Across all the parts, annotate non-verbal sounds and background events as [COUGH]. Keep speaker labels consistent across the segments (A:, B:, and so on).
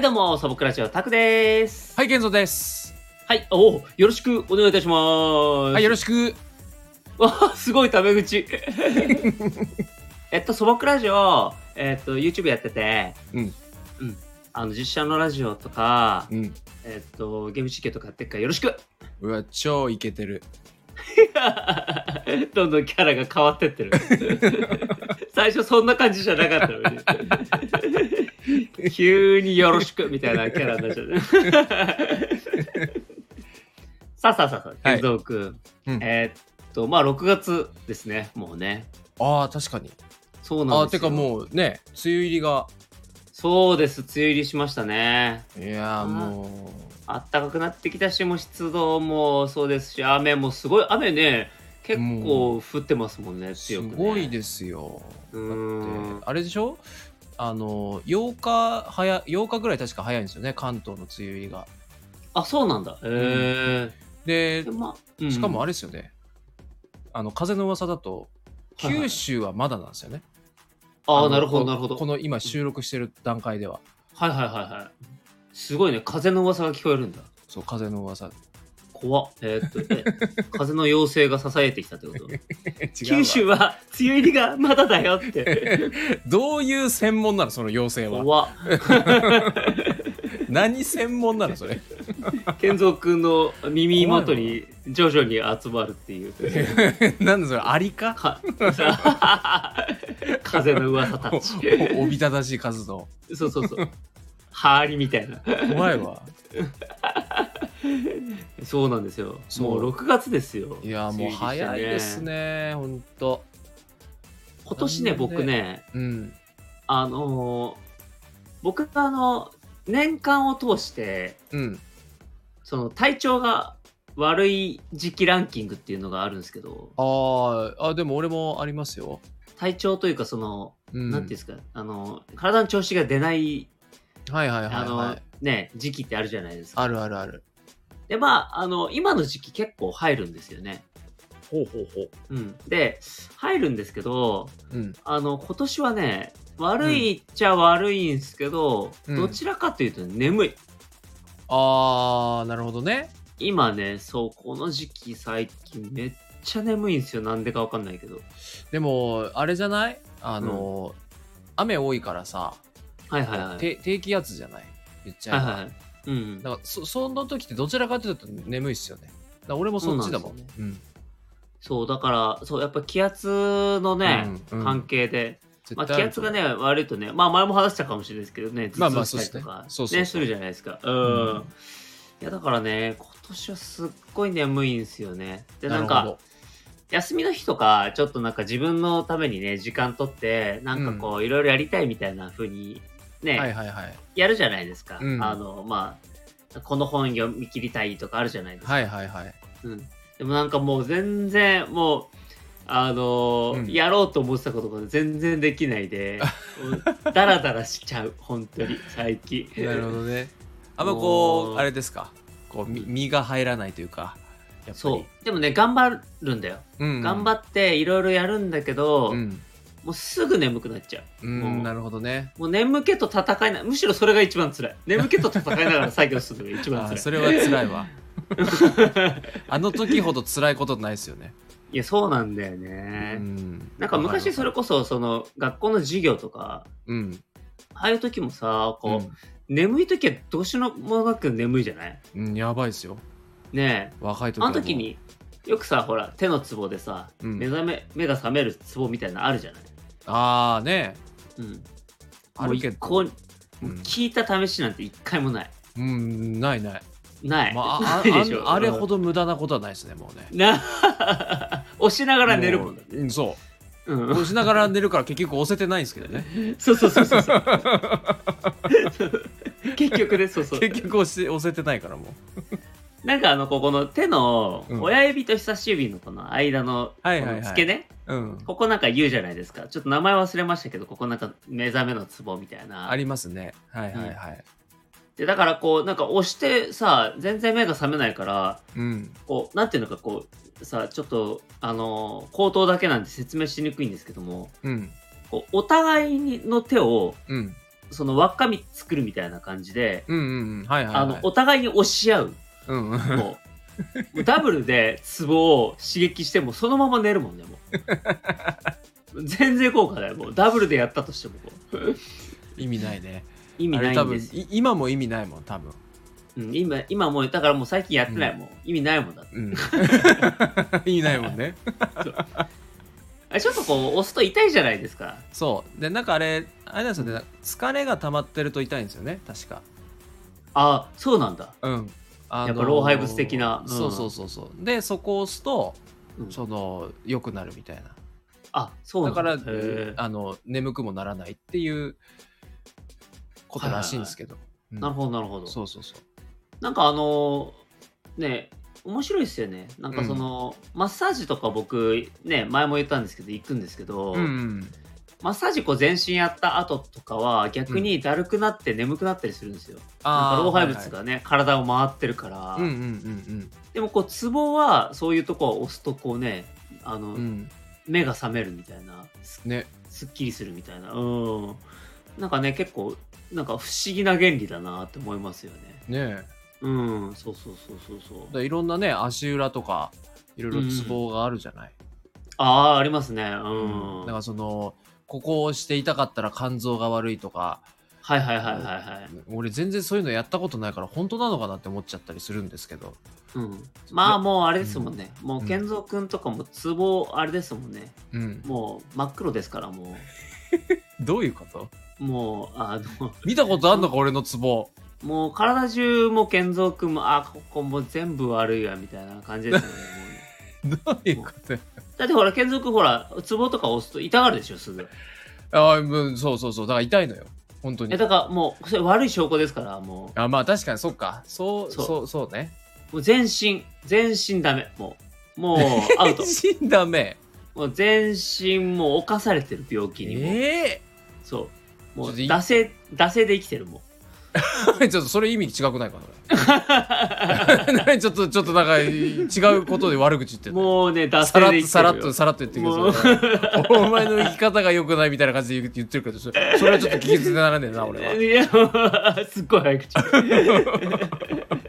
A: どうも、サボクラジオタクです。
B: はい、健三です。
A: はい、おうよろしくお願いいたします。
B: はい、よろしく。
A: わあ、すごいタメ口。 [LAUGHS] えっと、素朴ラジオ、えっと、YouTube やってて、
B: うん。
A: うん。あの、実写のラジオとか、
B: うん。
A: えっと、ゲーム実況とかやってっからよろしく
B: うわ、超イケてる。
A: [LAUGHS] どんどんキャラが変わってってる。
B: [LAUGHS]
A: 最初そんな感じじゃなかったのに。
B: [LAUGHS]
A: 急によろしくみたいなキャラになっちゃう。
B: [LAUGHS]
A: さあさあさあさあ、
B: はい
A: 健三君。
B: うん
A: えーっと、まあ6月ですね、もうね。
B: ああ、確かに。
A: そう
B: あ
A: な
B: あ、
A: んです
B: て
A: よ。
B: かもうね、梅雨入りが。
A: そうです、梅雨入りしましたね。
B: いやー、
A: ー
B: も
A: あったかくなってきたし、もう湿度もそうですし、雨もすごい、雨ね、結構降ってますもんね、
B: う、す
A: 強く、ね。
B: ごいですよ。
A: う
B: だ
A: ー
B: っ
A: ん
B: て、あれでしょあの、8日早、8日ぐらい確か早いんですよね、関東の梅雨入りが。
A: あ、そうなんだ。へえ
B: で
A: で、まあうん
B: しかもあれですよね。あの、風の噂だと、
A: はいはい
B: 九州はまだなんですよね。
A: あ
B: の
A: あ、なるほど、
B: こ
A: なるほど。
B: この今収録してる段階では。
A: はいはいはいはい。すごいね、風の噂が聞こえるんだ。
B: そう、風の噂。
A: 怖っ。えーっと、え風の妖精が支えてきたって [LAUGHS] こと九
B: 九
A: 州は梅雨入りがまだだよって。
B: どういう専門なのその妖精
A: [LAUGHS]
B: は。
A: 怖っ。
B: 何専門なのそれ。 [LAUGHS]
A: 健三君の耳元に徐々に集まるって [LAUGHS] いう。
B: なんでそれア
A: [LAUGHS]
B: リか
A: か風の噂た [LAUGHS] ち。
B: おおびただしい活動。
A: そうそうそう。 [LAUGHS] ハーリみたいな。
B: 怖いわ。
A: そうなんですよ。
B: そう
A: もう6月ですよ。
B: いやもう
A: 梅雨入りして
B: 早いです。ね、ほんと。
A: 今年ね、
B: なんで
A: 僕ね、
B: うん。
A: あのー僕があの、年間を通して、
B: うん。
A: その体調が悪い時期ランキングっていうのがあるんですけど、
B: あーあ、でも俺もありますよ。
A: 体調というかその、
B: うん。
A: なんていうんですか、あの、体の調子が出ない
B: はいはいはい、
A: あの、
B: はい。
A: ね、時期ってあるじゃないですか。
B: あるあるある。
A: で、まあ、あの、今の時期結構入るんですよね。
B: ほうほうほう。
A: うん。で、入るんですけど、
B: うん。
A: あの、今年はね、悪いっちゃ悪いんですけど、
B: うん
A: どちらかというと眠い。
B: ああ、なるほどね。
A: 今ね、そう、この時期最近めっちゃ眠いんですよ。なんでかわかんないけど。
B: でも、あれじゃないあの、雨多いからさ、
A: はいはいはい。
B: て低気圧じゃない言っちゃ
A: は
B: え
A: い
B: ば。
A: はいはい。うん
B: だ。からそその時ってどちらかというと眠いっすよね。だから俺もそっちだもん。
A: そうなんで
B: うん
A: そう、だから、そう、やっぱ気圧のね、
B: うんうん
A: 関係で、
B: 絶
A: まあ、
B: 対
A: 気
B: る
A: 圧
B: と
A: が
B: 思う
A: ね、悪いとね、まあ前も話したかもしれないですけどね、
B: まあ
A: 頭
B: まあ
A: 痛したりとか、
B: そうっすねそうそうそう
A: ね、するじゃないですか。うん。
B: うん
A: いや、だからね、今年はすっごい眠いんですよね。で、なん
B: るほ
A: か
B: ど、
A: 休みの日とか、ちょっとなんか自分のためにね、時間取って、なんかこう、いろいろやりたいみたいな風に、ね、
B: はいはいはい
A: やるじゃないですか。
B: うん
A: あの、まあ、この本読み切りたいとかあるじゃないですか。
B: はいはいはい
A: うん、でもなんかもう全然もうあのー
B: うん
A: やろうと思ってたことが全然できないで
B: [LAUGHS]
A: もうダラダラしちゃう本当に最近
B: なるほどねあんまこ
A: もう
B: うあれですかこうみ身が入らないというかやっぱり
A: そうでもね頑張るんだよ、
B: う、ん、
A: 頑張
B: っ
A: っていろいろやるんだけど、
B: うん、
A: もうすぐ眠くなっちゃう
B: うん
A: もう
B: なるほどね
A: もう眠気と戦いなむしろそれが一番辛い眠気と戦いながら作業するのが一番
B: [LAUGHS] あ
A: 辛い
B: それは辛い
A: [LAUGHS]
B: わあの時ほど辛いことないですよね、
A: いやそうなんだよね、
B: うん、
A: なんか昔それ
B: わ
A: こそその学校の授業とか
B: るうん
A: ああいう時もさこう、
B: うん
A: 眠い時はどうしようもなく眠いじゃない
B: うん、やばいですよ
A: ねえ
B: 若い時
A: あ
B: は
A: の
B: もう
A: 時によくさほら手のツボでさ、
B: うん
A: 目覚め目が覚めるツボみたいなのあるじゃない、
B: ああね
A: うん、
B: あるけど
A: もう一向に
B: うん
A: もう聞いた試しなんて一回もない
B: うんないない
A: ない、
B: まあ、
A: [LAUGHS]
B: あ
A: ないでしょ
B: ああれほ
A: ど
B: ど無駄なことはないですね、もうね。
A: な [LAUGHS] 押しながら寝るもんだ
B: ううんそう。
A: うん
B: 押しながら寝るから結局押せてないんですけどね。
A: そうそうそう [LAUGHS]
B: [LAUGHS]
A: そうそう結局ねそうそう
B: 結局押し押せてないからもう。
A: なんかあのここの手の
B: うん
A: 親指と人差し指のこの間のこ
B: はいはいはい
A: の付け根、
B: うん。
A: ここなんか言うじゃないですかちょっと名前忘れましたけどここなんか目覚めのツボみたいな
B: ありますね。はいはいはい。
A: でだからこうなんか押してさ全然目が覚めないから
B: うん。
A: こうなんていうのかこうさちょっとあのー口頭だけなんで説明しにくいんですけども
B: うん。
A: こうお互いの手を
B: うん。
A: その輪っかみ作るみたいな感じで、
B: うんうんうん。はいはい、はい。
A: あの、お互いに押し合う。
B: うんうん。 [LAUGHS]
A: もうダブルでツボを刺激してもそのまま寝るもんねも
B: [LAUGHS]
A: う全然効果ないもうダブルでやったとしてもこう
B: 意味ないね。
A: 意味
B: あれ
A: な
B: 多
A: いん
B: 分、
A: です、
B: い今も意味ないもん、多分。
A: うん、今今もうだからもう最近やってないもん、意味ないもんだって [LAUGHS]
B: うん。意味ないもんね。
A: あちょっとこう押すと痛いじゃないですか
B: そう。で、なんかあれ、あれなんですよね。疲れが溜まってると痛いんですよね、確か。
A: あそうなんだ
B: うん。あのー
A: やっぱ老廃物的なうん
B: そうそうそうそう。で、そこを押すと、
A: うん
B: その、良くなるみたいな。
A: あそうな
B: だ
A: ん
B: か
A: だ
B: ら
A: へー
B: あの眠くもならないっていうことらしいんですけど。
A: なる
B: ど。
A: ほどなるほど
B: そうそうそう。
A: なんかあのーね面白いですよねなんかその、マッサージとか僕ね前も言ったんですけど行くんですけど、
B: うん
A: マッサージこう全身やった後とかは逆にだるくなって眠くなったりするんですよ。なんか老廃物
B: はいはい
A: がね、体を回ってるから、
B: うんうん
A: でもこうツボはそういうとこを押すとこうねあの、
B: うんうんうん
A: 目が覚めるみたいなす
B: ね
A: すっきりするみたいなうんなんかね結構なんか不思議な原理だなって思いますよね。
B: ね
A: うんそうそうそうそうそう。
B: でいろんなね足裏とかいろいろツボがあるじゃない。
A: ああーありますね。うん。
B: だからそのここをして痛かったら肝臓が悪いとか
A: はいはいはいはいはい。
B: 俺全然そういうのやったことないから本当なのかなって思っちゃったりするんですけど
A: うん、まあもうあれですもんね。も
B: う
A: うん健三君とかもツボあれですもんね。
B: うん
A: もう真っ黒ですからも
B: どういうこと
A: うもうあの [LAUGHS]
B: 見たことあんのか俺のツボ
A: もう体中も健三君もあここもう全部悪いわみたいな感じですよねもうね
B: どういうこと
A: だってほら健三君ほらツボとか押すと痛がるでしょすぐ
B: ああもうそうそうそうだから痛いのよ本当に
A: えだからもうそれ悪い証拠ですからも
B: あまあ確かにそっかそうそ
A: そうう
B: そうね
A: うもう全身全身ダメもう
B: [LAUGHS]
A: もうアウト
B: 死んだめ
A: もう全身もう侵されてる病気にもう、
B: え
A: そうも
B: ちょっ
A: う
B: とい
A: 惰性惰性で生きてるもう
B: え [LAUGHS] ちょっとそれ意味違くないかそれ [LAUGHS] 何ちょっとちょっとなんか違うことで悪口言ってる
A: もうね惰
B: さ
A: 性
B: らっ
A: で生
B: と
A: き
B: さ
A: て
B: ら
A: る
B: っと
A: よ
B: さらっと言って
A: もう
B: くれさいお前の生き方が良くないみたいな感じで言ってるけどそれそれはちょっと聞き捨てならねえな俺はい
A: や、 [LAUGHS] すっごい早
B: [LAUGHS]
A: 口。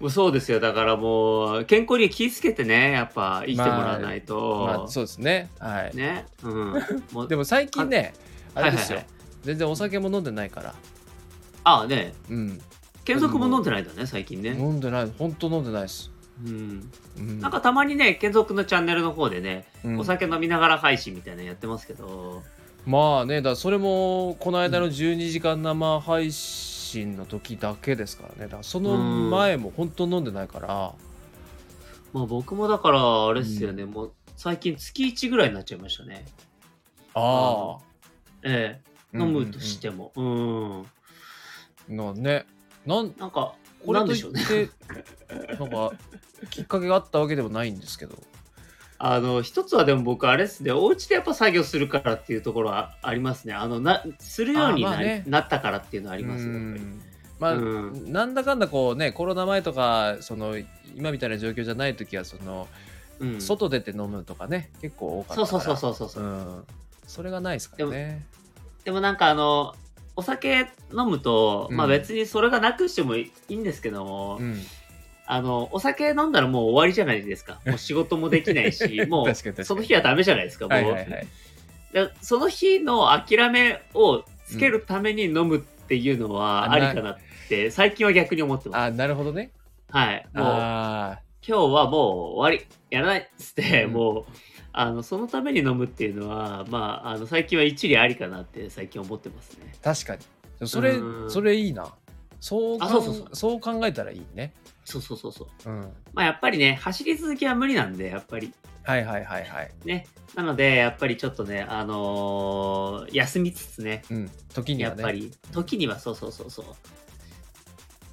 A: もうそうですよ。だからもう、健康に気ぃつけてね、やっぱ生きてもらわないと。
B: まあそうですねはい
A: ね。うん。もう
B: [LAUGHS] でも最近ねあ
A: はい
B: れ
A: はい
B: で
A: はい
B: すよ全然お酒も飲んでないから
A: ああね、
B: うん
A: 健三君も飲んでないんだね、最近ね。
B: 飲んでない本当飲んでないです
A: うん。
B: うん
A: なんかたまにね、健三君のチャンネルの方でね、
B: うん
A: お酒飲みながら配信みたいなのやってますけど、
B: まあねだからそれもこの間の12時間生配信の時だけですからねだからその前も本当飲んでないから
A: まあ僕もだから、あれっすよね、もう最近月1ぐらいになっちゃいましたね。
B: ああ
A: ええ、飲むとし
B: も
A: ても。うん。
B: のねなん
A: なんか、
B: こ
A: な
B: れ
A: ん
B: と
A: で
B: い
A: しょうね。
B: ってなんかきっかけがあったわけでもないんですけど
A: [LAUGHS] あの一つはでも僕あれですねお家でやっぱ作業するからっていうところはありますねあのなするように
B: あま
A: な,、
B: あね
A: なったからっていうのはありますよ
B: う
A: やっぱり
B: んまあ、
A: うん
B: なんだかんだこうねコロナ前とかその今みたいな状況じゃない時はその、
A: うん、そう
B: 外出て飲むとかね結構多かった
A: そ
B: か
A: う
B: ら
A: そうそうそ
B: う
A: うそう、
B: ん、それがないですからね
A: でもなんかあのお酒飲むと、
B: うん
A: まあ別にそれがなくしてもいいんですけども、
B: うん
A: あのお酒飲んだらもう終わりじゃないです
B: [LAUGHS]
A: かもう仕事もできないしも
B: 確か
A: う
B: に確かに
A: その日はダメじゃないですかもう、
B: はいはいはい
A: だからその日の諦めをつけるために飲むっていうの
B: う
A: は
B: ん
A: ありかなって、最近は逆に思ってます
B: あなるほどね。
A: はいもう
B: あ
A: 今日はもう終わりやらないっつって、
B: うん
A: もうあのそのために飲むっていうのはまああの最近は一理ありかなって最近思ってますね
B: あ確かに。それ
A: うん
B: それいいな。そうかん
A: あそうそうそう
B: そう考えたらいいね。
A: そうそうそうそう
B: うん。
A: まあやっぱりね走り続きは無理なんでやっぱり
B: はいはいはいはい。
A: ねなのでやっぱりちょっとねあのー休みつつね
B: うん。時に
A: や
B: は
A: っ
B: ね。
A: ぱり時にはそうそうそうそう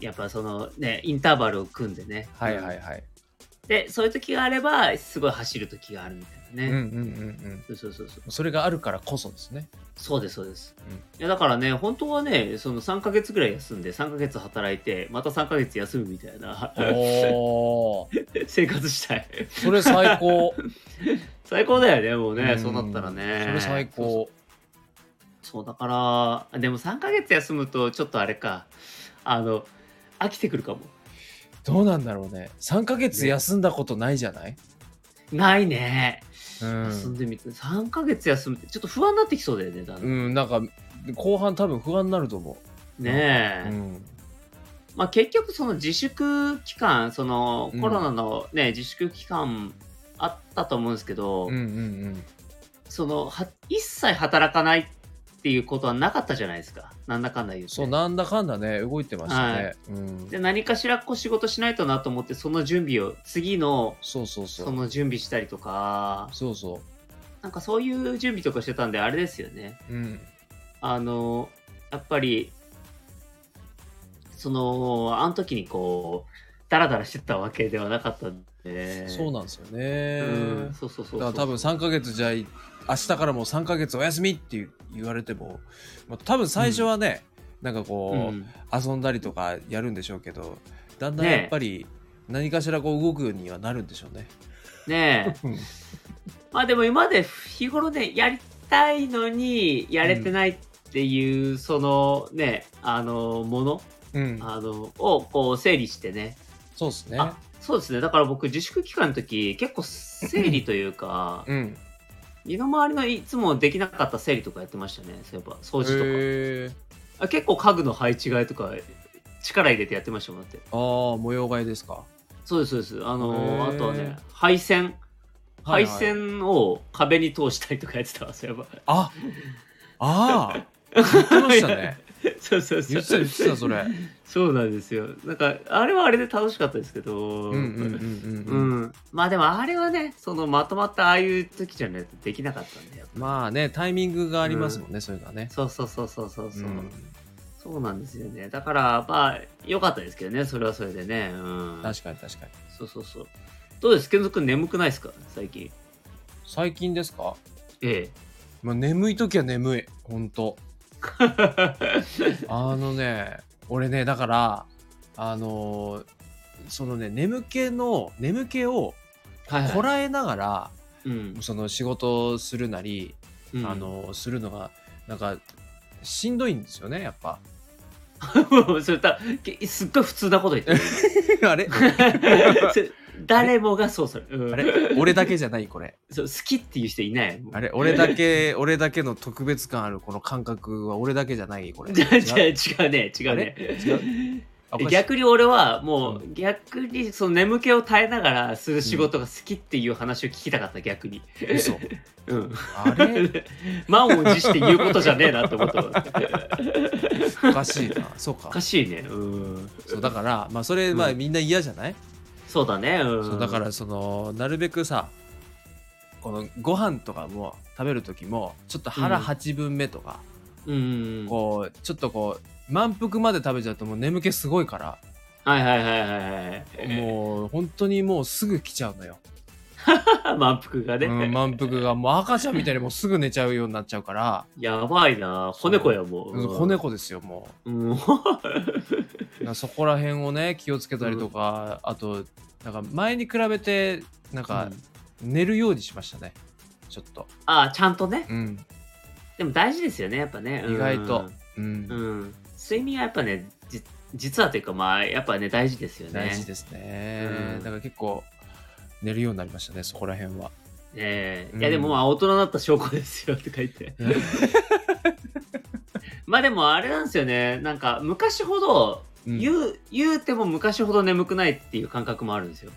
A: やっぱそのねインターバルを組んでね
B: はいはいはい。
A: でそういう時があればすごい走る時があるみた
B: う
A: い
B: ん
A: な
B: うん
A: ね、
B: うんうん。
A: そうそうそうそう
B: それがあるからこそですね。
A: [LAUGHS] そうですそうです、
B: うん
A: いやだからね本当はねその3ヶ月ぐらい休んで3ヶ月働いてまた3ヶ月休むみたいな
B: おお。
A: [LAUGHS] 生活したい
B: それ最高。
A: 最高だよねもうね、
B: ん
A: そうなったらね
B: それ最
A: そう
B: 高。
A: そうだからでも3ヶ月休むとちょっとあれかあの飽きてくるかも
B: どうなんだろうね3ヶ月休んだことないじゃない、
A: ないね、
B: う
A: 休ん
B: ん、
A: でみて3ヶ月休むってちょっと不安になってきそうだよねだんだん
B: うん、なんか後半多分不安になると思
A: ねえ、
B: う、うん、
A: まあ、結局その自粛期間その
B: うん
A: コロナの、ね自粛期間あったと思うんですけど、
B: うんうんうん
A: そのは一切働かないっていうことはなかったじゃないですかなんだかんだ言う
B: そう
A: て。
B: なんだかんだね動いてましたね、
A: は
B: うん
A: で、何かしらこう仕事しないとなと思ってその準備を次の
B: そうそうそ
A: そうの準備したりとか
B: そうそ
A: なんかそういう準備とかしてたんであれですよね
B: ううん
A: あのやっぱりそのあの時にこうダラダラしてたわけではなかったんで
B: そうなんですよね、
A: うんそうそうそうそう
B: だから多分3ヶ月じゃい明日からもう3ヶ月お休みっていう言われても、まあ、多分最初はね、なんかこう、
A: うん
B: 遊んだりとかやるんでしょうけどだんだん
A: ねえ
B: やっぱり何かしらこう動くようにはなるんでしょうね。
A: ねえまあでも今まで日頃ねやりたいのにやれてないっていうそのねあのもの
B: うん、
A: あのをこう整理してね
B: そうですね。
A: あそうですねだから僕自粛期間の時結構整理というか
B: うん。
A: 身の回りのいつもできなかった整理とかやってましたねそういえば掃除とか、
B: へえ
A: あ結構家具の配置替えとか力入れてやってましたもんだって
B: ああ模様替えですか。
A: そうですそうですあ
B: へ
A: の
B: ー
A: あとはね配線
B: は
A: 配
B: いはい
A: 線を壁に通したりとかやってたわ [LAUGHS] そういえば
B: あああ言ってました [LAUGHS] ね。
A: そうそうそう。
B: 言ってた言ってたそれ。
A: そうなんですよ。なんか、あれはあれで楽しかったですけど、
B: うんうんうんうん。うん、
A: うんまあでもあれはね、そのまとまったああいう時じゃないとできなかったんだよ。
B: まあねタイミングがありますもんね、そういうのはね。
A: そうそうそうそうそうそう。
B: うん
A: そうなんですよね。だから、まあ、良かったですけどね、それはそれでね。うん。
B: 確かに確かに。
A: そうそうそう。どうです健三君眠くないですか最近。
B: 最近ですか、
A: え
B: まあ、眠い時は眠いほんと。 [LAUGHS]
A: え。
B: あのね、俺ね、だから、あのーそのね、眠気の、眠気を
A: はい、
B: こ
A: れ、
B: らえながら、
A: うん。
B: その仕事をするなり、
A: うん
B: あ、のーするのが、なんか、しんどいんですよね、やっ
A: [LAUGHS]
B: ぱ。
A: それた、けすっごい普通なこと言
B: [LAUGHS]
A: ってる。
B: あれ
A: それ誰もがそうする。うん
B: あれ俺だけじゃない、これ。
A: そう好きっていう人いないもう
B: あれ俺だけ、俺だけの特別感あるこの感覚は俺だけじゃない、こ
A: [LAUGHS]
B: れ。
A: じゃあじゃあ
B: 違う
A: 違うね違うね
B: あれ違あおかしい
A: 逆に俺はも
B: う
A: う逆にその眠気を耐えながらする仕事が好きっていう話を聞きたかった逆に、
B: 嘘。
A: [LAUGHS] うん、
B: あれ
A: [LAUGHS] 満を持して言うことじゃねえなって思ったわ
B: おかしいな。そう
A: お
B: か
A: か。しいねうん
B: そうだから、まあ、それ、まあ、
A: うん
B: みんな嫌じゃない
A: そうだねうん
B: そうだからそのなるべくさこのご飯とかも食べる時もちょっと腹
A: うん
B: 8分目とか、
A: うん
B: こうちょっとこう満腹まで食べちゃうともう眠気すごいから、
A: はいはいはいはいはい
B: もう本当にもうすぐ来ちゃうのよ、
A: 満腹がね、
B: うん、満腹がもう赤ちゃんみたいにもうすぐ寝ちゃうようになっちゃうから、
A: やばいな子猫やもう、うん、
B: 子猫ですよも
A: うん
B: うだからそこら辺をね気をつけたりとか、あとなんか前に比べてなんか寝るようにしましたねちょっと、
A: ああちゃんとね
B: うん
A: でも大事ですよねやっぱねうん
B: 意外とうん
A: うん、睡眠はやっぱねじ実はというかまあやっぱね大事ですよね。
B: 大事ですね、
A: うん
B: だから結構寝るようになりましたねそこら辺は
A: ええ
B: うん
A: いやでもまあ大人になった証拠ですよって書いて。まあでもあれなんですよねなんか昔ほど、
B: うん
A: 言う言うても昔ほど眠くないっていう感覚もあるんですよ。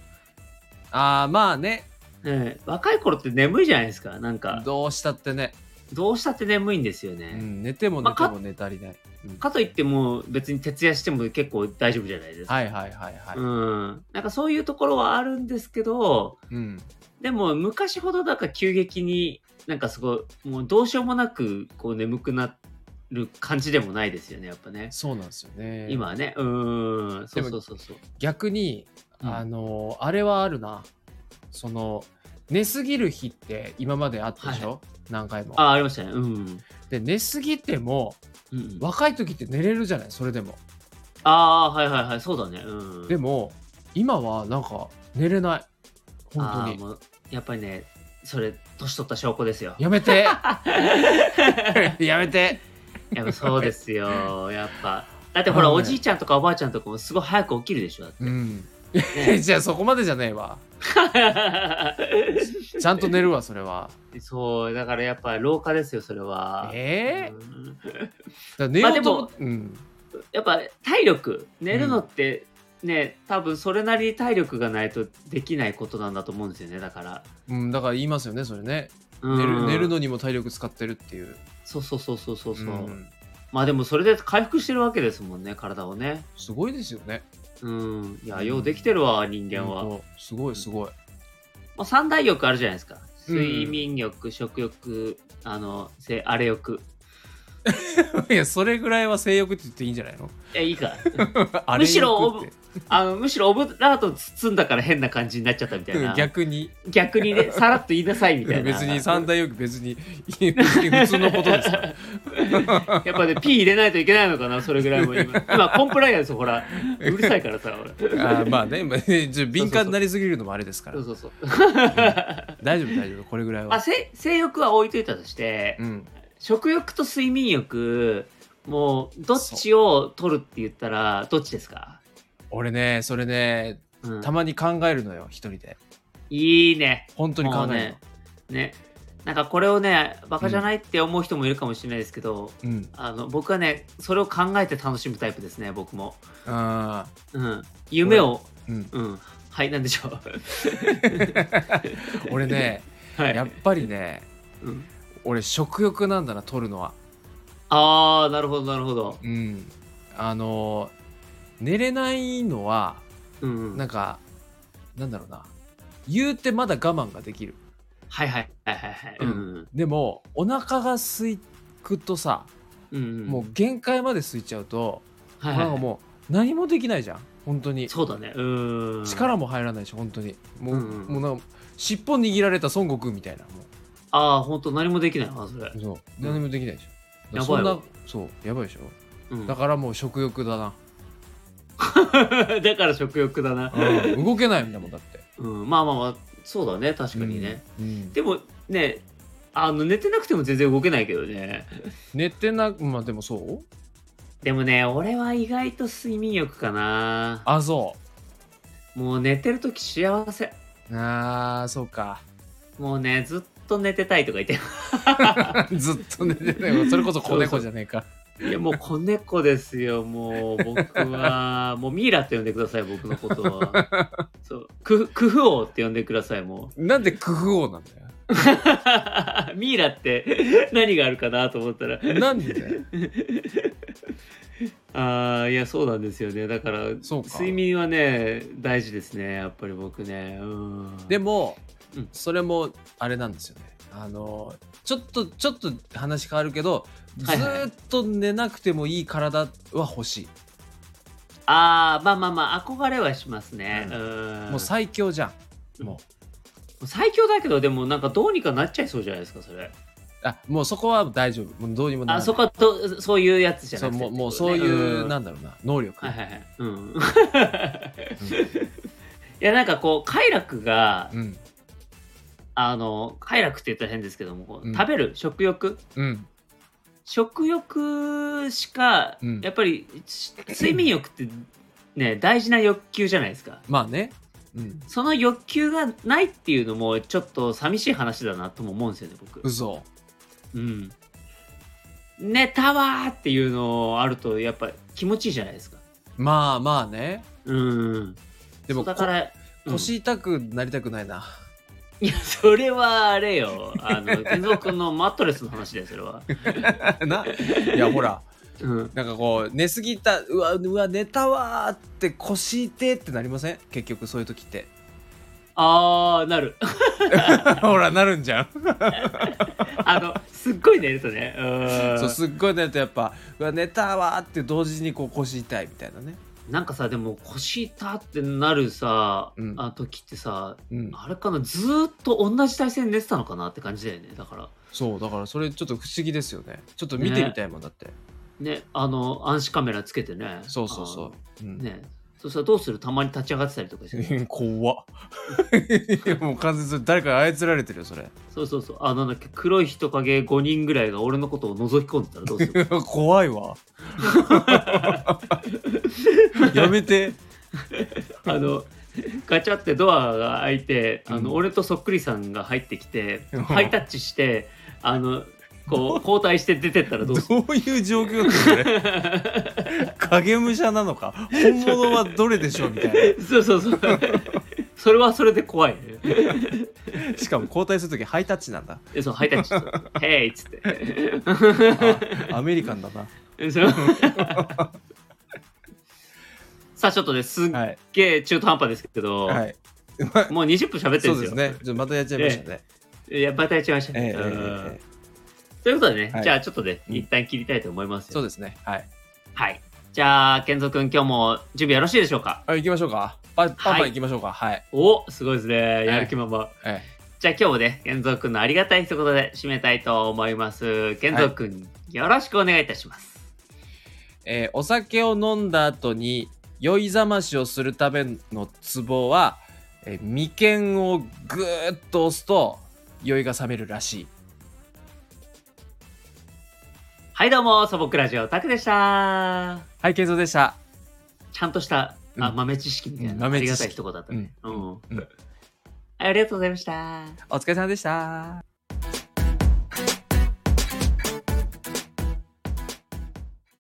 B: ああまあね
A: ええ若い頃って眠いじゃないですかなんか
B: どうしたってね、
A: どうしたって眠いんですよ
B: う
A: ね。
B: ん、寝ても
A: ま
B: 寝
A: あ
B: て
A: か
B: も寝足りない、うん
A: かといってもう別に徹夜しても結構大丈夫じゃないですか。
B: はいはいはいはい、
A: うん、なんかそういうところはあるんですけど
B: うん
A: でも昔ほどなんか急激になんかすごいもうどうしようもなくこう眠くなる感じでもないですよねやっぱね
B: そうなんですよね
A: 今はねうーんそ
B: で
A: う
B: も
A: そうそうそう
B: 逆に、
A: うん
B: あのあれはあるなその寝すぎる日って今まであったでしょ、何回も
A: あありましたねうん、
B: で寝すぎても
A: うん、
B: 若い時って寝れるじゃないそれでも
A: ああーはいはいはいそうだねうん
B: でも今はなんか寝れない
A: あ
B: 本
A: ーもうやっぱりねそれ年取った証拠ですよ
B: やめて [LAUGHS] やめて
A: やっぱそうですよ
B: [LAUGHS]
A: やっぱだってほら
B: うん
A: おじいちゃんとかおばあちゃんとかもすごい早く起きるでしょだって
B: うん [LAUGHS]
A: ね
B: じゃあそこまでじゃねえわちゃんと寝るわそれは
A: [LAUGHS] そうだからやっぱ老化ですよそれは
B: ええ
A: うん
B: だから寝ようと
A: ま
B: 思
A: あ
B: っ
A: で
B: うん
A: やっぱ体力寝るのって、ね多分それなりに体力がないとできないことなんだと思うんですよねだから、
B: うんだから言いますよねそれね
A: うん
B: 寝る寝るのにも体力使ってるっていう
A: そうそうそうそうそうそう、
B: うん
A: まあでもそれで回復してるわけですもんね体をね
B: すごいですよね
A: うんいや、
B: うん
A: ようできてるわ人間は、
B: ほ
A: ま
B: んとすごいすごい [LAUGHS]
A: あ、三大欲あるじゃないですか
B: うん
A: 睡眠欲、食欲あのせあれ欲
B: いやそれぐらいは性欲って言っていいんじゃないの [LAUGHS]
A: えいいか [LAUGHS]
B: あれ
A: むしろ
B: 欲って
A: あのむしろオブラート包んだから変な感じになっちゃったみたいな
B: 逆に
A: 逆にねさらっと言いなさいみたいな
B: 別に三大欲別に別に普通のことですから
A: [LAUGHS] やっぱね、P 入れないといけないのかな、それぐらいも今。今、コンプライアンス、ほら、うるさいからさ、俺。
B: あーまあねまあねちょっと敏感になりすぎるのもあれですから
A: そうそうそう。
B: 大丈夫大丈夫これぐらい
A: まあ、
B: は
A: せ性欲は置いといたとして、
B: うん
A: 食欲と睡眠欲、もう、どっちを取るって言ったら、どっちですか、
B: 俺ねそれね
A: うん
B: たまに考えるのよ一人で
A: いいね。
B: 本当に考えるの、
A: もね。なんかこれをね、バカじゃないって思う人もいるかもしれないですけど、
B: うん
A: あの僕はね、それを考えて楽しむタイプですね、僕も。
B: あ
A: うん。夢を、
B: ーうん
A: うん。はい、なんでしょう。 [LAUGHS]
B: 俺ね
A: はい。
B: やっぱりね
A: うん
B: 俺食欲なんだな取るのは
A: ああ、なるほど、なるほど。
B: うんあのー寝れないのは
A: うんうん、
B: なんかなんだろうな言うてまだ我慢ができる
A: はいはいはいはいはい。
B: うん
A: うん
B: でもお腹が空くとさ、
A: うん、
B: もう限界まで空いちゃうと、
A: うん、はい
B: な
A: は
B: んか
A: い、
B: もう何もできないじゃん本当に
A: そうだね。うん。
B: 力も入らないし本当にもう,、
A: うんうん
B: もうなんか尻尾握られた孫悟空みたいなも
A: ああ、本当何もできないわ、それ
B: う。そう何もできないでしょ、
A: やば
B: そ
A: い
B: ん
A: わ
B: なそうやばいでしょ、
A: うん、
B: だ
A: だ
B: からもう食欲だな、
A: から食欲 [LAUGHS] だな。
B: うん動けないんだもんだ [LAUGHS] って
A: うん、まあまあまあ、そうだね、確かにね。、
B: うんうん
A: でもね、あの寝てなくても全然動けないけどね。
B: 寝てなまあでもそう
A: でもね、俺は意外と睡眠欲かな。
B: あそ
A: もう寝てるとき幸せ。
B: うあーそうか
A: もうね、ずっと寝てたいとか言って。
B: [LAUGHS] ずっと寝てないそれこそ子猫じゃねえか
A: いやもう子猫ですよもう僕はもうミイラって呼んでください僕のことはそうククフ王って呼んでくださいも
B: なんで工夫王なんだよ
A: う [LAUGHS] ミイラって何があるかなと思ったら
B: なんで
A: ああいやそうなんですよねだから
B: そうか
A: 睡眠はね大事ですねやっぱり僕ねうん
B: でも、
A: うん
B: それもあれなんですよねあのちょっとちょっと話変わるけど、
A: はいはい
B: ずーっと寝なくてもいい体は欲しい、
A: ああまあまあまあ憧れはしますね、
B: う
A: うん
B: もう最強じゃんもう
A: 最強だけどでもなんかどうにかなっちゃいそうじゃないですかそれ
B: あもうそこは大丈夫もうどうにもなら
A: あ
B: ない
A: そこはどそういうやつじゃな
B: そ
A: く
B: う
A: て
B: もうもう
A: ってこ
B: そ
A: と
B: う
A: ね
B: いう、
A: ん
B: なんだろうな能力、
A: はいはい [LAUGHS] はい。うん。いや、なんかこう、快楽が、
B: うん
A: あの、快楽って言ったら変ですけども、こう
B: うん
A: 食べる、食欲。
B: うん
A: 食欲しか、
B: うん
A: やっぱり、し睡眠欲ってね、大事な欲求じゃないですか。
B: まあねうん
A: その欲求がないっていうのも、ちょっと寂しい話だなとも思うんですよね、僕。
B: 嘘
A: うん。寝たわーっていうのあると、やっぱ気持ちいいじゃないですか。
B: まあまあね
A: うん。
B: でも
A: そうだから、
B: こ
A: うん
B: 腰痛くなりたくないな、 [LAUGHS]
A: いや、それはあれよ。あの、健三君のマットレスの話だよ、それ
B: [LAUGHS]
A: は。
B: ないやほら
A: うん。
B: なんかこう寝すぎたうわうわ寝たわーって腰痛えってなりません結局そういう時って
A: あー、なる。
B: [LAUGHS]
A: [LAUGHS]
B: ほらなるんじゃん
A: あの、すっごい寝るとね。うん
B: [LAUGHS] そうすっごい寝るとやっぱうわ寝たわーって同時にこう腰痛いみたいなね
A: なんかさ、でも腰痛ってなるさ、
B: うん
A: あ時ってさ、
B: うん
A: あれかな、ずーっと同じ体勢に寝てたのかなって感じだよね。だから、
B: そうだからそれちょっと不思議ですよねちょっと見てみたいもんだって、
A: ね、あの、暗視カメラつけてね。
B: そうそうそう
A: あ
B: うん
A: の。ね、そしたらどうするたまに立ち上がってたりとかして
B: [LAUGHS] 怖っいや [LAUGHS] もう完全にそれ誰かに操られてるよそれ
A: そうそうそうあなんだっけ黒い人影5人ぐらいが俺のことを覗き込んでたらどうす
B: [LAUGHS]
A: る
B: [LAUGHS] 怖いわやめて
A: あのガチャってドアが開いてあの、
B: うん
A: 俺とそっくりさんが入ってきて
B: うん
A: ハイタッチしてあの
B: [LAUGHS]
A: こう交代して出てったらどう
B: ど
A: する
B: ういう状況なのそれ影武者なのか本物はどれでしょうみたい
A: そうそう [LAUGHS] そうそれはそれで怖いね
B: なしかも交代する時ハイタッチなんだ
A: でそのハイタッチ
B: [LAUGHS]
A: して「ヘイ!」っつって
B: あアメリカンだな
A: その
B: [LAUGHS]
A: さあちょっとねすっ
B: はい
A: げえ中途半端ですけど、
B: はい
A: もう20分喋ってるん
B: そ
A: で
B: うですす
A: よ。
B: ねちょっとまたやっちゃいましたね
A: いやまたやっちゃいました
B: えええ
A: ね。
B: え
A: うん
B: え
A: ということでね、
B: はい
A: じゃあちょっとね、
B: うん
A: 一旦切りたいと思いま
B: え
A: す
B: そう
A: よ。
B: ですねはい
A: はい。じゃあ、健三君、今日も準備よろしいでしょうか
B: あ行きましょうかパンパンパン行きましょうかはい
A: おすごいですね。やる気まま。
B: え
A: じゃあ今日もね、健三君のありがたい一言で締めたいと思います。健三君、よろしくお願いいたします。
B: ええーお酒を飲んだ後に酔い覚ましをするためのツボは、えー眉間をぐーっと押すと酔いが覚めるらしい
A: はい、どうも、素朴ラジオ、タクでした。
B: はい健三でした
A: ちゃんとした、あ
B: うん
A: 豆知識みたいな、
B: うん
A: あ
B: 豆
A: り
B: 知
A: が
B: 識
A: たい一言だったね。うん
B: うん
A: ありがとうございました。
B: お疲れ様でした